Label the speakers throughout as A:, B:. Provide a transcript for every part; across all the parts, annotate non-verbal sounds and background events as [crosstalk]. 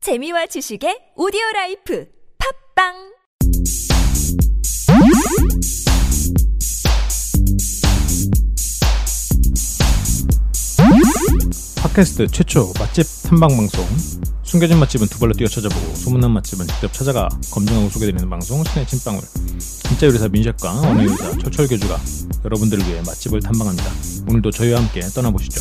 A: 재미와 지식의 오디오 라이프 팝빵
B: 팟캐스트 최초 맛집 탐방 방송 숨겨진 맛집은 두 발로 뛰어 찾아보고 소문난 맛집은 직접 찾아가 검증하고 소개드리는 방송 신의 찐빵울 진짜 요리사 민셰과 언어 요리사 철철 교주가 여러분들을 위해 맛집을 탐방합니다 오늘도 저희와 함께 떠나보시죠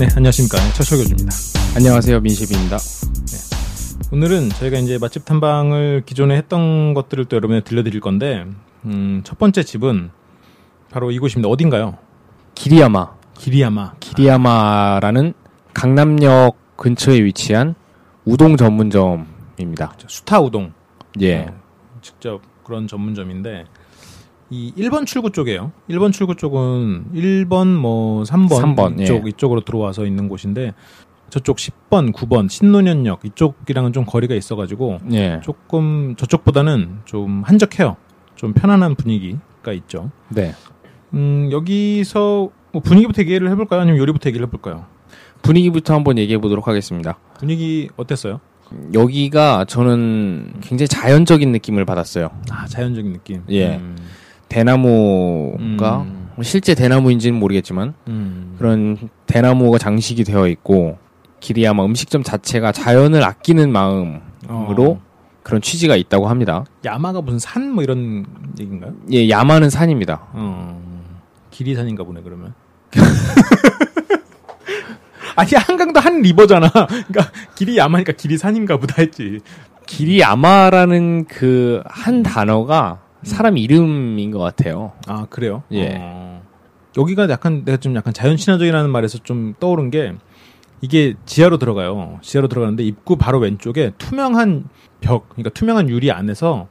B: 네 안녕하십니까 철철 교주입니다
C: 안녕하세요 민셰입니다.
B: 오늘은 저희가 이제 맛집 탐방을 기존에 했던 것들을 또 여러분에 들려드릴 건데 음, 첫 번째 집은 바로 이곳입니다 어딘가요?
C: 기리야마
B: 기리야마
C: 기리야마라는 강남역 근처에 위치한 우동 전문점입니다.
B: 수타 우동
C: 예,
B: 어, 직접 그런 전문점인데 이 1번 출구 쪽이에요. 1번 출구 쪽은 1번 뭐 3번,
C: 삼 번,
B: 이쪽
C: 예.
B: 이쪽으로 들어와서 있는 곳인데 저쪽 10번, 9번 신논현역 이쪽이랑은 좀 거리가 있어 가지고
C: 예,
B: 조금 저쪽보다는 좀 한적해요. 좀 편안한 분위기가 있죠.
C: 네.
B: 음, 여기서 뭐 분위기부터 얘기를 해 볼까요? 아니면 요리부터 얘기를 해 볼까요?
C: 분위기부터 한번 얘기해 보도록 하겠습니다.
B: 분위기 어땠어요?
C: 여기가 저는 굉장히 자연적인 느낌을 받았어요.
B: 아, 자연적인 느낌.
C: 예.
B: 음,
C: 대나무가
B: 음.
C: 실제 대나무인지는 모르겠지만
B: 음.
C: 그런 대나무가 장식이 되어 있고 기리야마 음식점 자체가 자연을 아끼는 마음으로
B: 어.
C: 그런 취지가 있다고 합니다.
B: 야마가 무슨 산 뭐 이런 얘기인가요?
C: 예, 야마는 산입니다.
B: 어, 기리산인가 보네 그러면. [laughs] 아니 한강도 한 리버잖아. 그러니까 길이 야마니까 기리산인가 보다 했지.
C: 길이 아마라는 그 한 단어가 사람 이름인 것 같아요.
B: 아 그래요?
C: 예.
B: 어. 여기가 약간 내가 좀 약간 자연 친화적이라는 말에서 좀 떠오른 게 이게 지하로 들어가요. 지하로 들어가는데 입구 바로 왼쪽에 투명한 벽, 그러니까 투명한 유리 안에서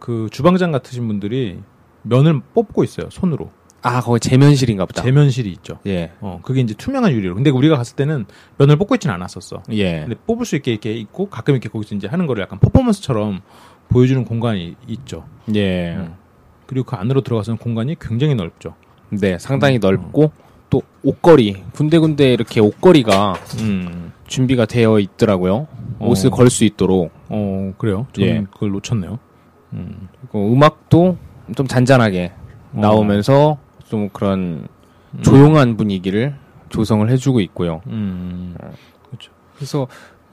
B: 그 주방장 같으신 분들이 면을 뽑고 있어요 손으로.
C: 아, 거기 재면실인가 보다.
B: 재면실이 있죠.
C: 예.
B: 어 그게 이제 투명한 유리로. 근데 우리가 갔을 때는 면을 뽑고 있지는 않았었어.
C: 예.
B: 근데 뽑을 수 있게 이렇게 있고 가끔 이렇게 거기서 이제 하는 거를 약간 퍼포먼스처럼 보여주는 공간이 있죠.
C: 예.
B: 음. 그리고 그 안으로 들어가서는 공간이 굉장히 넓죠.
C: 네, 상당히 넓고 또 옷걸이 군데군데 이렇게 옷걸이가
B: 음,
C: 준비가 되어 있더라고요.
B: 어.
C: 옷을 걸 수 있도록.
B: 어 그래요. 저는
C: 예.
B: 그걸 놓쳤네요. 음,
C: 그리고 음악도 좀 잔잔하게
B: 어.
C: 나오면서 좀 그런 음. 조용한 분위기를 조성을 해주고 있고요.
B: 음,
C: 그래서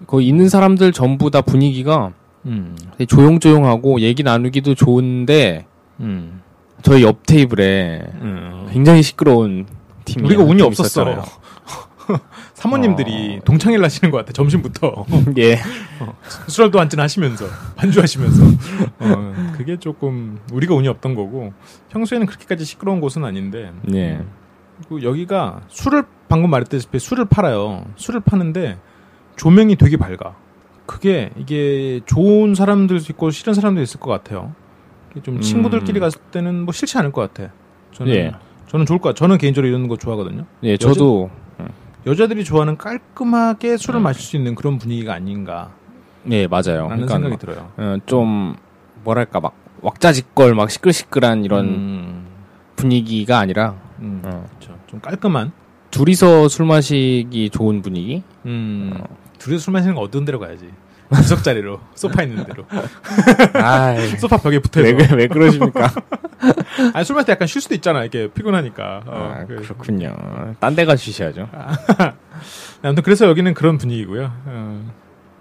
C: 거기 있는 사람들 전부 다 분위기가
B: 음,
C: 되게 조용조용하고 얘기 나누기도 좋은데
B: 음,
C: 저희 옆 테이블에
B: 음.
C: 굉장히 시끄러운 팀이
B: 우리가
C: 한
B: 운이
C: 팀
B: 없었어. [laughs]
C: 있었잖아요.
B: 사모님들이 동창회를 하시는 것 같아. 점심부터
C: [laughs]
B: [laughs]
C: 예.
B: 술도 한잔 하시면서 [laughs] 반주하시면서 어, 그게 조금 우리가 운이 없던 거고 평소에는 그렇게까지 시끄러운 곳은 아닌데
C: 예.
B: 그 여기가 술을 방금 말했다시피 술을 팔아요. 술을 파는데 조명이 되게 밝아. 그게 이게 좋은 사람들도 있고 싫은 사람도 있을 것 같아요. 이게 좀
C: 음.
B: 친구들끼리 갔을 때는 뭐 싫지 않을 것 같아. 저는
C: 예.
B: 저는 좋을 것 같아. 저는 개인적으로 이런 거 좋아하거든요.
C: 예, 저도
B: 여자들이 좋아하는 깔끔하게 술을 마실 수 있는 그런 분위기가 아닌가라는
C: 예, 맞아요.
B: 생각이
C: 음. 그러니까
B: 들어요.
C: 어, 좀 뭐랄까 막 왁자지껄 막 시끌시끌한 이런
B: 음,
C: 분위기가 아니라
B: 음,
C: 어,
B: 그렇죠. 좀 깔끔한.
C: 둘이서 술 마시기
B: [laughs]
C: 좋은 분위기?
B: 음, 둘이서 술 마시는 거 어떤 데로 가야지. [laughs] 구석 자리로, 소파 있는
C: [laughs]
B: 데로,
C: 아,
B: 소파 벽에 붙어
C: 왜,
B: 있는.
C: 그- 왜
B: [laughs]
C: 그러십니까?
B: 어, 아니 술 마실 때 약간 쉴 수도 있잖아 이렇게 피곤하니까 어,
C: 아,
B: 그-
C: 그렇군요. 딴 데 가주셔야죠.
B: 아무튼 그래서 여기는 그런 분위기고요 어.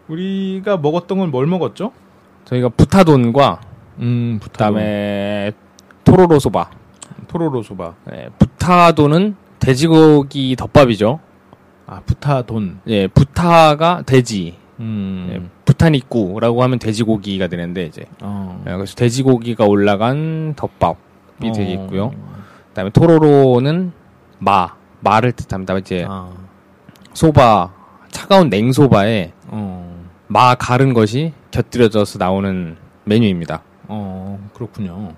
B: 우리가 먹었던 건 뭘 먹었죠? 아,
C: 저희가 부타돈과
B: 음
C: 그다음에 토로로 소바.
B: 토로로 소바
C: 예, 부타도는 돼지고기 덮밥이죠.
B: 아 부타돈
C: 예, 부타가 돼지,
B: 음.
C: 예, 부타니꾸라고 하면 돼지고기가 되는데 이제
B: 어.
C: 예, 그래서 돼지고기가 올라간 덮밥이
B: 어.
C: 되겠고요. 그다음에 토로로는 마, 마를 뜻합니다. 이제
B: 아.
C: 소바 차가운 냉소바에
B: 어.
C: 마 갈은 것이 곁들여져서 나오는 메뉴입니다.
B: 어 그렇군요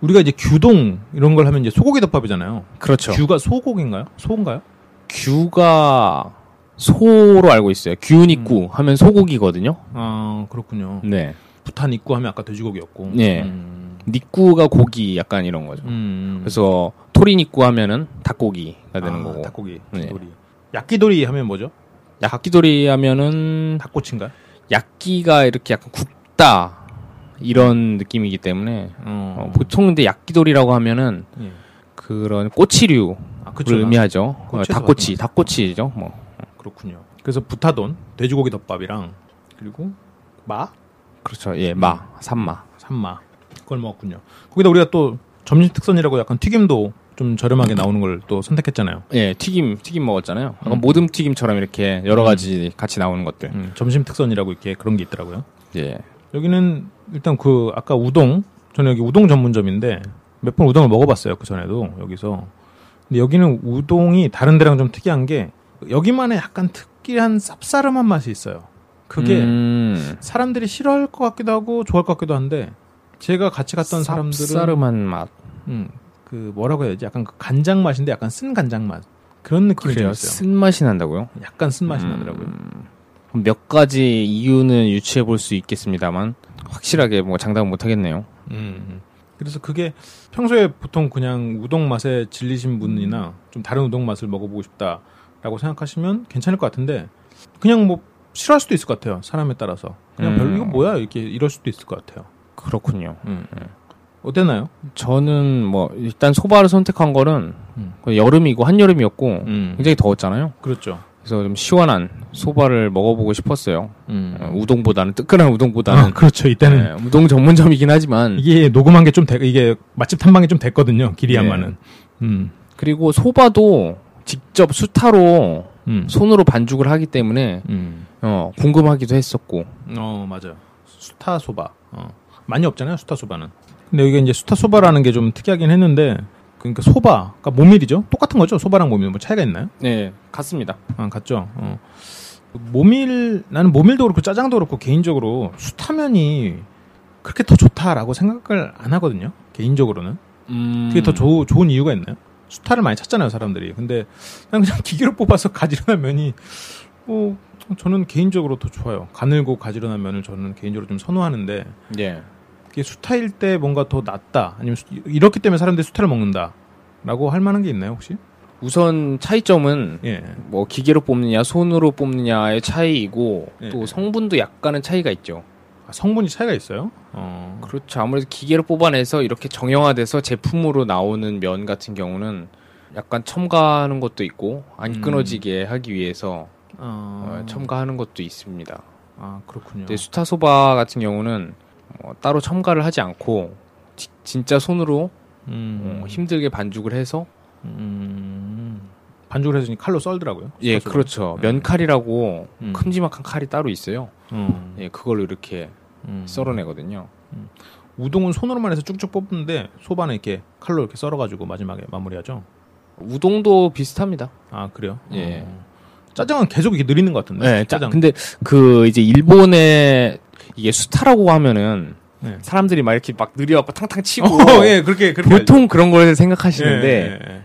B: 우리가 이제 규동 이런 걸 하면 이제 소고기 덮밥이잖아요
C: 그렇죠.
B: 규가 소고기인가요? 소인가요?
C: 규, 가 소로 알고 있어요. 규니꾸 하면 소고기거든요.
B: 아 그렇군요
C: 네.
B: 부탄 입구 하면 아까 돼지고기였고
C: 예.
B: 음.
C: 니꾸가 고기 약간 이런 거죠.
B: 음.
C: 그래서 토리니꾸 하면은 닭고기가 되는
B: 아,
C: 거고.
B: 닭고기
C: 네.
B: 요리. 약기돌이 하면 뭐죠?
C: 약기돌이 하면은
B: 닭꼬치인가?
C: 약기가 이렇게 약간 굽다 이런 느낌이기 때문에 어,
B: 어.
C: 보통 근데 약기돌이라고 하면은
B: 예.
C: 그런 꼬치류를
B: 아, 그쵸.
C: 의미하죠. 어,
B: 꼬치에서
C: 닭꼬치, 닭꼬치죠. 뭐
B: 그렇군요. 그래서 부타돈, 돼지고기 덮밥이랑 그리고 마,
C: 그렇죠. 예, 마, 산마.
B: 산마 그걸 먹었군요. 거기다 우리가 또 점심 특선이라고 약간 튀김도 좀 저렴하게 나오는 걸 또 선택했잖아요.
C: 예, 튀김, 튀김 먹었잖아요. 약간 모듬 튀김처럼 이렇게 여러 가지 같이 나오는 것들.
B: 음, 점심 특선이라고 이렇게 그런 게 있더라고요.
C: 예.
B: 여기는 일단 그 아까 우동 저는 여기 우동 전문점인데 몇 번 우동을 먹어봤어요 그 전에도 여기서 근데 여기는 우동이 다른 데랑 좀 특이한 게 여기만의 약간 특이한 쌉싸름한 맛이 있어요 그게
C: 음,
B: 사람들이 싫어할 것 같기도 하고 좋아할 것 같기도 한데 제가 같이 갔던 사람들은
C: 쌉싸름한 맛.
B: 음, 그 뭐라고 해야 되지 약간 그 간장 맛인데 약간 쓴 간장 맛 그런 느낌이 좀
C: 그래요.
B: 있어요
C: 쓴 맛이 난다고요?
B: 약간 쓴 맛이
C: 음.
B: 나더라고요
C: 그럼 몇 가지 이유는 유추해 볼 수 있겠습니다만 확실하게 뭐 장담은 못 하겠네요.
B: 음. 그래서 그게 평소에 보통 그냥 우동 맛에 질리신
C: 음.
B: 분이나 좀 다른 우동 맛을 먹어보고 싶다라고 생각하시면 괜찮을 것 같은데 그냥 뭐 싫어할 수도 있을 것 같아요 사람에 따라서 그냥
C: 음.
B: 별로 이거 뭐야 이렇게 이럴 수도 있을 것 같아요
C: 그렇군요.
B: 어땠나요?
C: 저는 뭐 일단 소바를 선택한 거는
B: 음.
C: 거의 여름이고 한여름이었고
B: 음.
C: 굉장히 더웠잖아요.
B: 그렇죠
C: 그래서 좀 시원한 소바를 먹어보고 싶었어요. 어,
B: 음.
C: 우동보다는 뜨끈한
B: 아,
C: 우동보다는
B: 그렇죠 이때는
C: 네, 우동 전문점이긴 하지만
B: 이게 녹음한 게 좀 이게 맛집 탐방이 좀 됐거든요 기리야마는 음.
C: 그리고 소바도 직접 수타로
B: 음.
C: 손으로 반죽을 하기 때문에
B: 음.
C: 어, 궁금하기도 했었고
B: 어 맞아요. 수타 소바. 어. 많이 없잖아요 수타 소바는. 근데 여기가 이제 수타 소바라는 게 좀 특이하긴 했는데 그러니까 소바, 그러니까 모밀이죠. 똑같은 거죠. 소바랑 모밀 뭐 차이가 있나요?
C: 네 같습니다.
B: 아 같죠. 어. 모밀 나는 모밀도 그렇고 짜장도 그렇고 개인적으로 수타면이 그렇게 더 좋다라고 생각을 안 하거든요. 개인적으로는 음. 그게
C: 음.
B: 더 조- 좋은 이유가 있나요? 수타를 많이 찾잖아요 사람들이. 근데 난 그냥 기계로 뽑아서 가지런한 면이 뭐 저는 개인적으로 더 좋아요. 가늘고 가지런한 면을 저는 개인적으로 좀 선호하는데
C: 예.
B: 이게 수타일 때 뭔가 더 낫다 아니면 수- 이렇기 때문에 사람들이 수타를 먹는다라고 할 만한 게 있나요 혹시?
C: 우선 차이점은
B: 예.
C: 뭐 기계로 뽑느냐 손으로 뽑느냐의 차이이고
B: 예.
C: 또 성분도 약간은 차이가 있죠.
B: 아, 성분이 차이가 있어요. 어.
C: 그렇죠. 아무래도 기계로 뽑아내서 이렇게 정형화돼서 제품으로 나오는 면 같은 경우는 약간 첨가하는 것도 있고 안
B: 음.
C: 끊어지게 하기 위해서 어,
B: 어,
C: 첨가하는 것도 있습니다.
B: 아 그렇군요.
C: 근데 네, 수타소바 같은 경우는 어, 따로 첨가를 하지 않고 지- 진짜 손으로
B: 음,
C: 어, 힘들게 반죽을 해서
B: 음, 반죽을 해서 칼로 썰더라고요.
C: 예
B: 수타소바.
C: 그렇죠 면칼이라고
B: 음.
C: 큼지막한 칼이 따로 있어요.
B: 어,
C: 예 그걸로 이렇게
B: 음.
C: 썰어내거든요.
B: 우동은 손으로만 해서 쭉쭉 뽑는데 소바는 이렇게 칼로 이렇게 썰어가지고 마지막에 마무리하죠.
C: 우동도 비슷합니다.
B: 아 그래요?
C: 예.
B: 어. 짜장은 계속 이렇게 느리는 것 같은데.
C: 네, 짜,
B: 짜장. [laughs]
C: 근데 그 이제 일본의 이게 수타라고 하면은
B: 네.
C: 사람들이 막 이렇게 막 느려갖고 탕탕 치고
B: 어, 예, 그렇게 그렇게
C: [laughs] 보통 그런 걸
B: 알죠.
C: 생각하시는데
B: 예, 예, 예.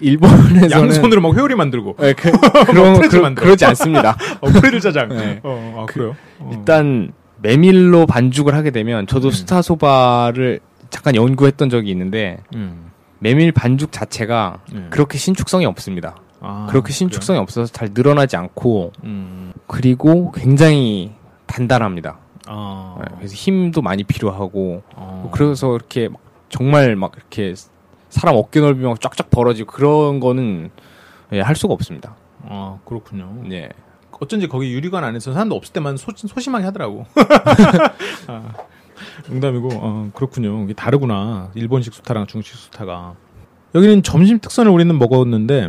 C: 일본에서는
B: 양손으로 막 회오리 만들고
C: 예,
B: [laughs]
C: 그, 그런
B: 프레즈
C: 그,
B: 만들어.
C: 그러지 않습니다.
B: 어, 프레드 짜장.
C: 네.
B: 어, 아 그래요? [laughs] 어. 네.
C: 일단 메밀로 반죽을 하게 되면 저도 수타 소바를 잠깐 연구했던 적이 있는데
B: 음.
C: 메밀 반죽 자체가
B: 예.
C: 그렇게 신축성이 없습니다.
B: 아,
C: 그렇게
B: 그래요?
C: 신축성이 없어서 잘 늘어나지 않고
B: 음.
C: 그리고 굉장히 단단합니다.
B: 아.
C: 예, 그래서 힘도 많이 필요하고 뭐
B: 어.
C: 그래서 이렇게 막 정말 막 이렇게 사람 어깨 넓이 막 쫙쫙 벌어지고 그런 거는 예, 할 수가 없습니다.
B: 아 그렇군요.
C: 예.
B: 어쩐지 거기 유리관 안에서 사람도 없을 때만 소, 소심하게 하더라고.
C: [laughs]
B: 아, 농담이고, 어, 그렇군요. 이게 다르구나. 일본식 수타랑 중식 수타가. 여기는 점심 특선을 우리는 먹었는데,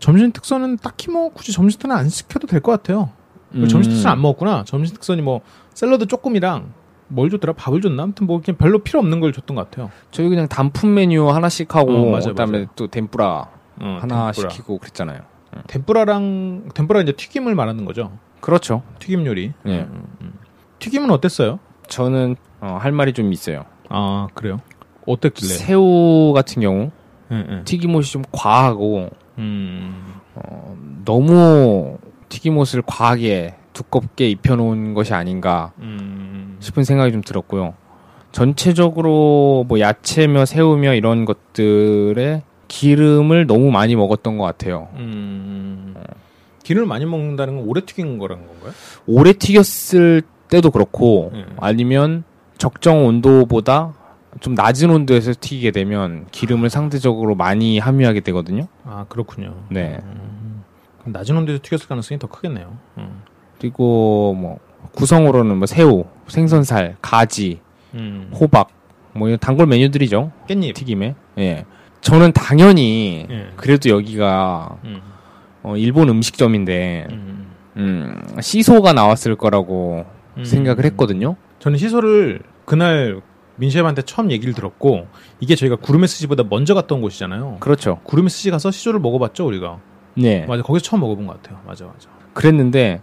B: 점심 특선은 딱히 뭐 굳이 점심 특선은 안 시켜도 될 것 같아요.
C: 음.
B: 그리고 점심 특선 안 먹었구나. 점심 특선이 뭐 샐러드 조금이랑 뭘 줬더라? 밥을 줬나? 아무튼 뭐 그냥 별로 필요 없는 걸 줬던 것 같아요.
C: 음. 저희 그냥 단품 메뉴 하나씩 하고
B: 어, 맞아요,
C: 그다음에
B: 맞아요.
C: 또 덴뿌라
B: 어,
C: 하나
B: 덴뿌라.
C: 시키고 그랬잖아요.
B: 덴뿌라랑 덴뿌라 이제 튀김을 말하는 거죠.
C: 그렇죠.
B: 튀김 요리. 음,
C: 예.
B: 튀김은 어땠어요?
C: 저는 어, 할 말이 좀 있어요.
B: 아 그래요? 어땠길래?
C: 새우 같은 경우
B: 예, 예.
C: 튀김옷이 좀 과하고
B: 음.
C: 너무 튀김옷을 과하게 두껍게 입혀놓은 것이 아닌가
B: 음.
C: 싶은 생각이 좀 들었고요. 전체적으로 뭐 야채며 새우며 이런 것들에 기름을 너무 많이 먹었던 것 같아요.
B: 음. 비늘 많이 먹는다는 건 오래 튀긴 거라는 건가요?
C: 오래 튀겼을 때도 그렇고
B: 예.
C: 아니면 적정 온도보다 좀 낮은 온도에서 튀기게 되면 기름을 상대적으로 많이 함유하게 되거든요.
B: 아 그렇군요. 음.
C: 네.
B: 그럼 낮은 온도에서 튀겼을 가능성이 더 크겠네요. 음.
C: 그리고 뭐 구성으로는 뭐 새우, 생선살, 가지,
B: 음.
C: 호박 뭐 이런 단골 메뉴들이죠.
B: 깻잎.
C: 튀김에. 네. 예. 저는 당연히
B: 예.
C: 그래도 여기가
B: 음.
C: 어, 일본 음식점인데
B: 음.
C: 음, 시소가 나왔을 거라고
B: 음.
C: 생각을 했거든요.
B: 저는 시소를 그날 민셰프한테 처음 얘기를 들었고 이게 저희가 구르메스지보다 먼저 갔던 곳이잖아요.
C: 그렇죠.
B: 구르메스지 가서 시소를 먹어봤죠 우리가.
C: 네.
B: 맞아 거기서 처음 먹어본 것 같아요. 맞아 맞아.
C: 그랬는데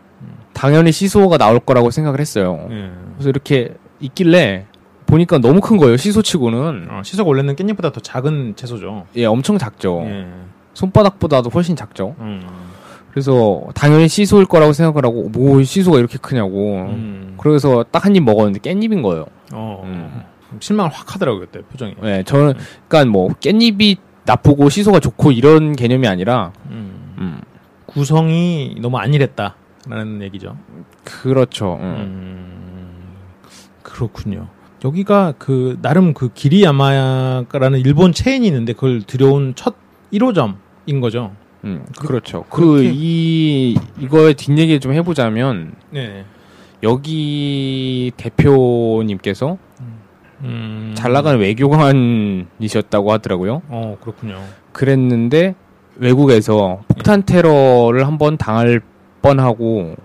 C: 당연히 시소가 나올 거라고 생각을 했어요.
B: 예.
C: 그래서 이렇게 있길래 보니까 너무 큰 거예요. 시소치고는
B: 어, 시소가 원래는 깻잎보다 더 작은 채소죠.
C: 예, 엄청 작죠.
B: 예.
C: 손바닥보다도 훨씬 작죠.
B: 음.
C: 그래서 당연히 시소일 거라고 생각을 하고 뭐 시소가 이렇게 크냐고.
B: 음.
C: 그래서 딱 한 입 먹었는데 깻잎인 거예요.
B: 어.
C: 음.
B: 실망을 확 하더라고요 그때 표정이.
C: 예, 저는
B: 음.
C: 그러니까 뭐 깻잎이 나쁘고 시소가 좋고 이런 개념이 아니라
B: 음.
C: 음,
B: 구성이 너무 안일했다라는 얘기죠.
C: 그렇죠. 음.
B: 음, 그렇군요. 여기가 그 나름 그 기리야마야라는 일본 체인이 있는데 그걸 들여온 첫 1호점인 거죠.
C: 음,
B: 그-
C: 그렇죠.
B: 그렇게-
C: 그 이 이거의 뒷얘기를 좀 해보자면
B: 네.
C: 여기 대표님께서
B: 음.
C: 잘 나가는 외교관이셨다고 하더라고요.
B: 어 그렇군요.
C: 그랬는데 외국에서 폭탄
B: 예.
C: 테러를 한번 당할 뻔하고,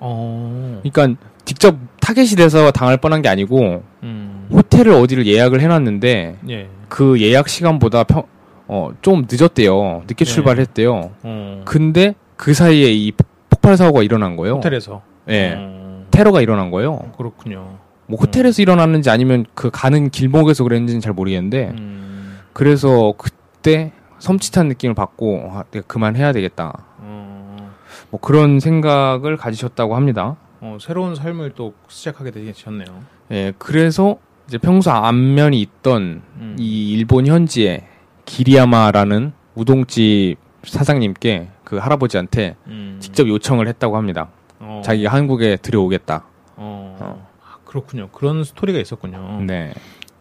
B: 어.
C: 그러니까 직접 타겟이 돼서 당할 뻔한 게 아니고
B: 음.
C: 호텔을 어디를 예약을 해놨는데
B: 예.
C: 그 예약 시간보다 평, 어, 좀 늦었대요. 늦게
B: 네.
C: 출발했대요.
B: 어.
C: 근데 그 사이에 이 폭- 폭발 사고가 일어난 거예요.
B: 호텔에서.
C: 예.
B: 어,
C: 테러가 일어난 거예요.
B: 그렇군요. 음.
C: 뭐 호텔에서 일어났는지 아니면 그 가는 길목에서 그랬는지는 잘 모르겠는데
B: 음.
C: 그래서 그때 섬찟한 느낌을 받고 아, 내가 그만해야 되겠다
B: 어.
C: 뭐 그런 생각을 가지셨다고 합니다.
B: 어, 새로운 삶을 또 시작하게 되셨네요.
C: 예, 그래서 이제 평소 안면이 있던
B: 음.
C: 이 일본 현지의 기리야마라는 우동집 사장님께 그 할아버지한테
B: 음.
C: 직접 요청을 했다고 합니다.
B: 어.
C: 자기가 한국에 들여오겠다.
B: 어.
C: 어.
B: 아, 그렇군요. 그런 스토리가 있었군요.
C: 네.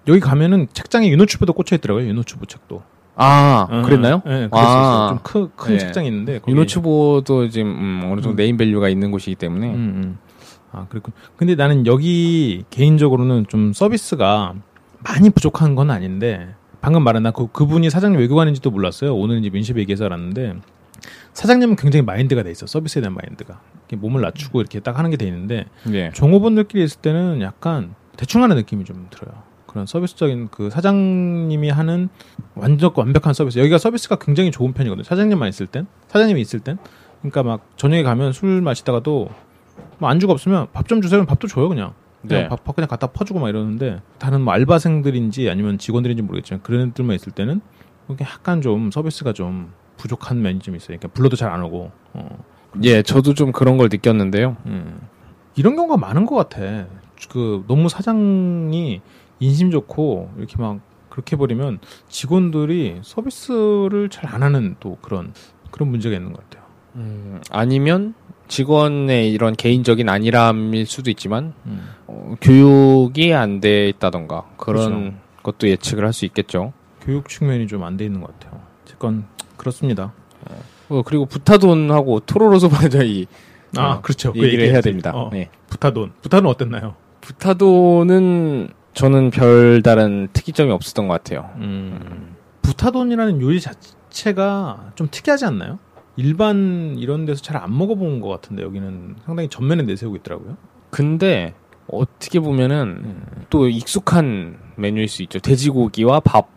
B: 여기 가면은 책장에 유노추브도 꽂혀 있더라고요. 유노추브 책도.
C: 아,
B: 어,
C: 그랬나요?
B: 예, 네,
C: 아.
B: 그랬었어요. 좀큰 큰
C: 예.
B: 책장이 있는데 거기-
C: 유노츠보도 지금 음, 어느
B: 음.
C: 정도 네임 밸류가 있는 곳이기 때문에
B: 음, 음. 아, 그렇군. 근데 나는 여기 개인적으로는 좀 서비스가 많이 부족한 건 아닌데 방금 말한 나 그, 그분이 사장님 외교관인지도 몰랐어요. 오늘 이제 민식 얘기해서 알았는데 사장님은 굉장히 마인드가 돼 있어. 서비스에 대한 마인드가. 이렇게 몸을 낮추고 이렇게 딱 하는 게 돼 있는데
C: 예.
B: 종업원들끼리 있을 때는 약간 대충 하는 느낌이 좀 들어요. 그런 서비스적인 그 사장님이 하는 완전 완벽한 서비스. 여기가 서비스가 굉장히 좋은 편이거든요. 사장님만 있을 땐, 사장님이 있을 땐. 그러니까 막 저녁에 가면 술 마시다가도 뭐 안주가 없으면 밥 좀 주세요. 그럼 밥도 줘요 그냥. 그냥
C: 네.
B: 밥, 밥 그냥 갖다 퍼주고 막 이러는데 다른 뭐 알바생들인지 아니면 직원들인지 모르겠지만 그런 애들만 있을 때는 이렇게 약간 좀 서비스가 좀 부족한 면이 좀 있어요. 그러니까 불러도 잘 안 오고. 어.
C: 예, 저도 좀 그런 걸 느꼈는데요.
B: 음. 이런 경우가 많은 것 같아. 그 너무 사장이 인심 좋고 이렇게 막 그렇게 버리면 직원들이 서비스를 잘 안 하는 또 그런 그런 문제가 있는 것 같아요.
C: 음, 아니면 직원의 이런 개인적인 안일함일 수도 있지만
B: 음.
C: 어, 교육이 안 돼 있다던가 그런
B: 그렇죠.
C: 것도 예측을 할 수 있겠죠.
B: 교육 측면이 좀 안 돼 있는 것 같아요. 제건 그렇습니다.
C: 어, 그리고 부타돈하고 [laughs] 토로로소바자 이
B: 아
C: 어,
B: 그렇죠. 그
C: 얘기를 해야
B: 얘기했지.
C: 됩니다.
B: 어,
C: 네.
B: 부타돈. 부타돈 어땠나요?
C: 부타돈은 저는 별다른 특이점이 없었던 것 같아요. 음.
B: 부타돈이라는 요리 자체가 좀 특이하지 않나요? 일반 이런 데서 잘 안 먹어본 것 같은데 여기는 상당히 전면에 내세우고 있더라고요.
C: 근데 어떻게 보면은
B: 음.
C: 또 익숙한 메뉴일 수 있죠. 돼지고기와 밥.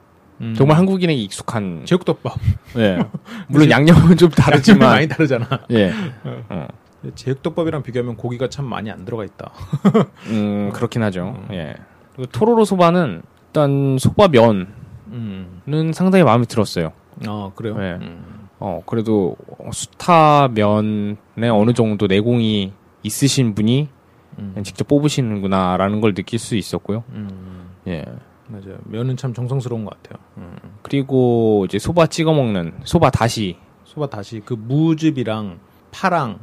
B: 음.
C: 정말 한국인에게 익숙한.
B: 제육덮밥
C: 예. [laughs] 물론 양념은 좀
B: 양념이
C: 다르지만.
B: 많이 다르잖아.
C: 예.
B: 어.
C: 어.
B: [laughs] 제육덮밥이랑 비교하면 고기가 참 많이 안 들어가 있다.
C: 음, 그렇긴 하죠. 예. 그리고 토로로 소바는 일단 소바 면은
B: 음.
C: 상당히 마음에 들었어요.
B: 아 그래요?
C: 네.
B: 음.
C: 어, 그래도 수타 면에 어느 정도 내공이 있으신 분이
B: 음.
C: 그냥 직접 뽑으시는구나라는 걸 느낄 수 있었고요.
B: 음.
C: 예.
B: 맞아요. 면은 참 정성스러운 것 같아요. 음.
C: 그리고 이제 소바 찍어 먹는 소바 다시.
B: 소바 다시 그 무즙이랑 파랑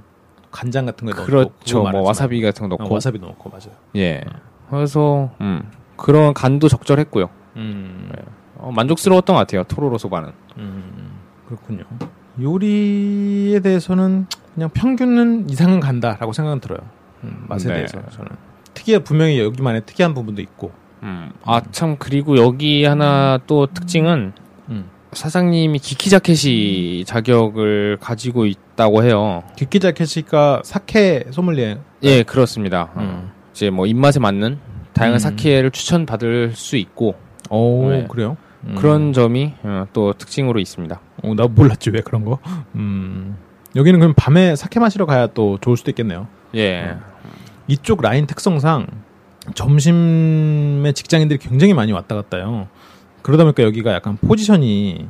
B: 간장 같은 거 넣고
C: 그렇죠. 뭐 와사비 같은 거
B: 넣고 어,
C: 넣고.
B: 와사비 음. 넣고 맞아요.
C: 예. 그래서 음. 그런 간도 적절했고요.
B: 음,
C: 어, 만족스러웠던 것 같아요. 토로로 소바는.
B: 음, 그렇군요. 요리에 대해서는 그냥 평균은 이상은 간다라고 생각은 들어요. 음, 맛에
C: 네.
B: 대해서 저는 특이한 분명히 여기만의 특이한 부분도 있고.
C: 음. 아 참 그리고 여기 하나 또 특징은
B: 음.
C: 사장님이 기키 자켓이 자격을 가지고 있다고 해요.
B: 기키자 캐시가 사케 소믈리에.
C: 예, 그렇습니다. 어,
B: 네. 음.
C: 이제 뭐 입맛에 맞는 다양한
B: 음.
C: 사케를 추천받을 수 있고
B: 오
C: 네.
B: 그래요? 음.
C: 그런 점이 어, 또 특징으로 있습니다.
B: 어, 나 몰랐지 왜 그런 거? 음. 여기는 그럼 밤에 사케 마시러 가야 또 좋을 수도 있겠네요.
C: 예,
B: 음. 이쪽 라인 특성상 점심에 직장인들이 굉장히 많이 왔다 갔다요. 그러다 보니까 여기가 약간 포지션이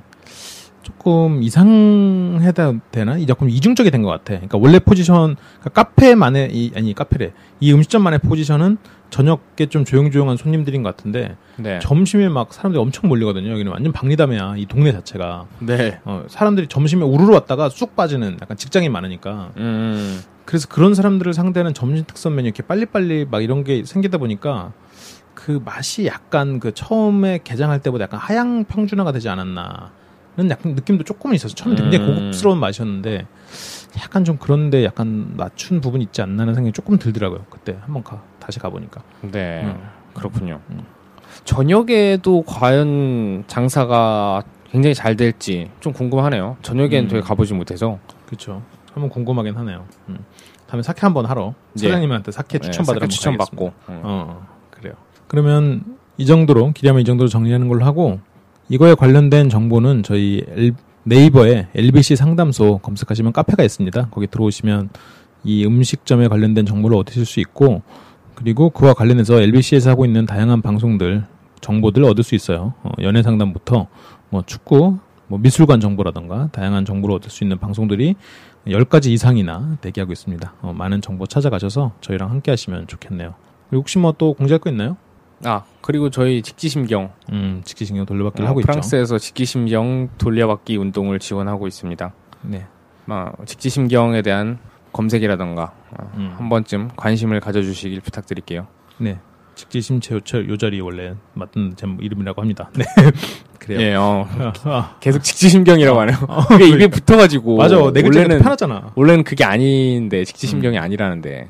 B: 조금 이상해다 되나? 이 조금 이중적이 된 것 같아. 그러니까 원래 포지션 그러니까 카페만의 이 아니 카페래 이 음식점만의 포지션은 저녁에 좀 조용조용한 손님들인 것 같은데
C: 네,
B: 점심에 막 사람들이 엄청 몰리거든요. 여기는 완전 박리담이야. 이 동네 자체가
C: 네,
B: 어, 사람들이 점심에 우르르 왔다가 쑥 빠지는 약간 직장인 많으니까
C: 음,
B: 그래서 그런 사람들을 상대하는 점심 특선 메뉴 이렇게 빨리빨리 막 이런 게 생기다 보니까 그 맛이 약간 그 처음에 개장할 때보다 약간 하향 평준화가 되지 않았나는 약간 느낌도 조금 있어서 처음 굉장히
C: 음.
B: 고급스러운 맛이었는데 약간 좀 그런데 약간 낮춘 부분 이 있지 않나는 생각이 조금 들더라고요 그때 한번 가 다시 가보니까
C: 네,
B: 음.
C: 그렇군요.
B: 음.
C: 저녁에도 과연 장사가 굉장히 잘 될지 좀 궁금하네요. 저녁엔
B: 음.
C: 되게 가보지 못해서
B: 그렇죠 한번 궁금하긴 하네요 음. 다음에 사케 한번 하러
C: 예.
B: 사장님한테 사케
C: 예,
B: 추천받으라
C: 사케 추천받고 음.
B: 어, 그래요. 그러면 이 정도로 기대하면 이 정도로 정리하는 걸로 하고 이거에 관련된 정보는 저희 엘- 네이버에 LBC 상담소 검색하시면 카페가 있습니다. 거기 들어오시면 이 음식점에 관련된 정보를 얻으실 수 있고 그리고 그와 관련해서 LBC에서 하고 있는 다양한 방송들 정보들 얻을 수 있어요. 어, 연애 상담부터 뭐 축구, 뭐 미술관 정보라던가 다양한 정보를 얻을 수 있는 방송들이 10가지 이상이나 대기하고 있습니다. 어, 많은 정보 찾아가셔서 저희랑 함께 하시면 좋겠네요. 그리고 혹시 뭐 또 공지할 거 있나요?
C: 아 그리고 저희 직지심경
B: 음, 직지신경 돌려받기를
C: 어,
B: 하고 있죠.
C: 프랑스에서 직지심경 돌려받기 운동을 지원하고 있습니다.
B: 네.
C: 막 직지심경에 대한 검색이라던가 어,
B: 음.
C: 한 번쯤 관심을 가져주시길 부탁드릴게요.
B: 네. 직지심체 요철 요절이 원래 맞는 제목 이름이라고 합니다. [laughs] 네. 그래요.
C: 예, 어,
B: [laughs] 아, 어.
C: 계속 [laughs] 직지심경이라고 하네요. 그게 입에 붙어가지고
B: 맞아. 내 음. 글자가 더
C: 원래는
B: 편하잖아.
C: 원래는 그게 아닌데 직지심경이 아니라는데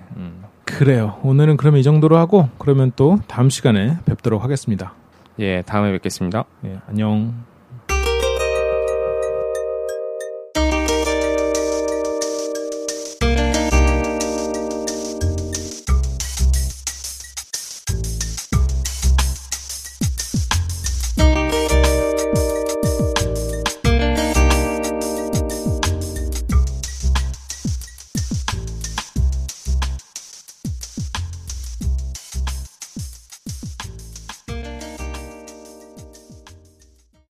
B: 그래요. 오늘은 그러면 이 정도로 하고 그러면 또 다음 시간에 뵙도록 하겠습니다.
C: 예 다음에 뵙겠습니다.
B: 예, 안녕.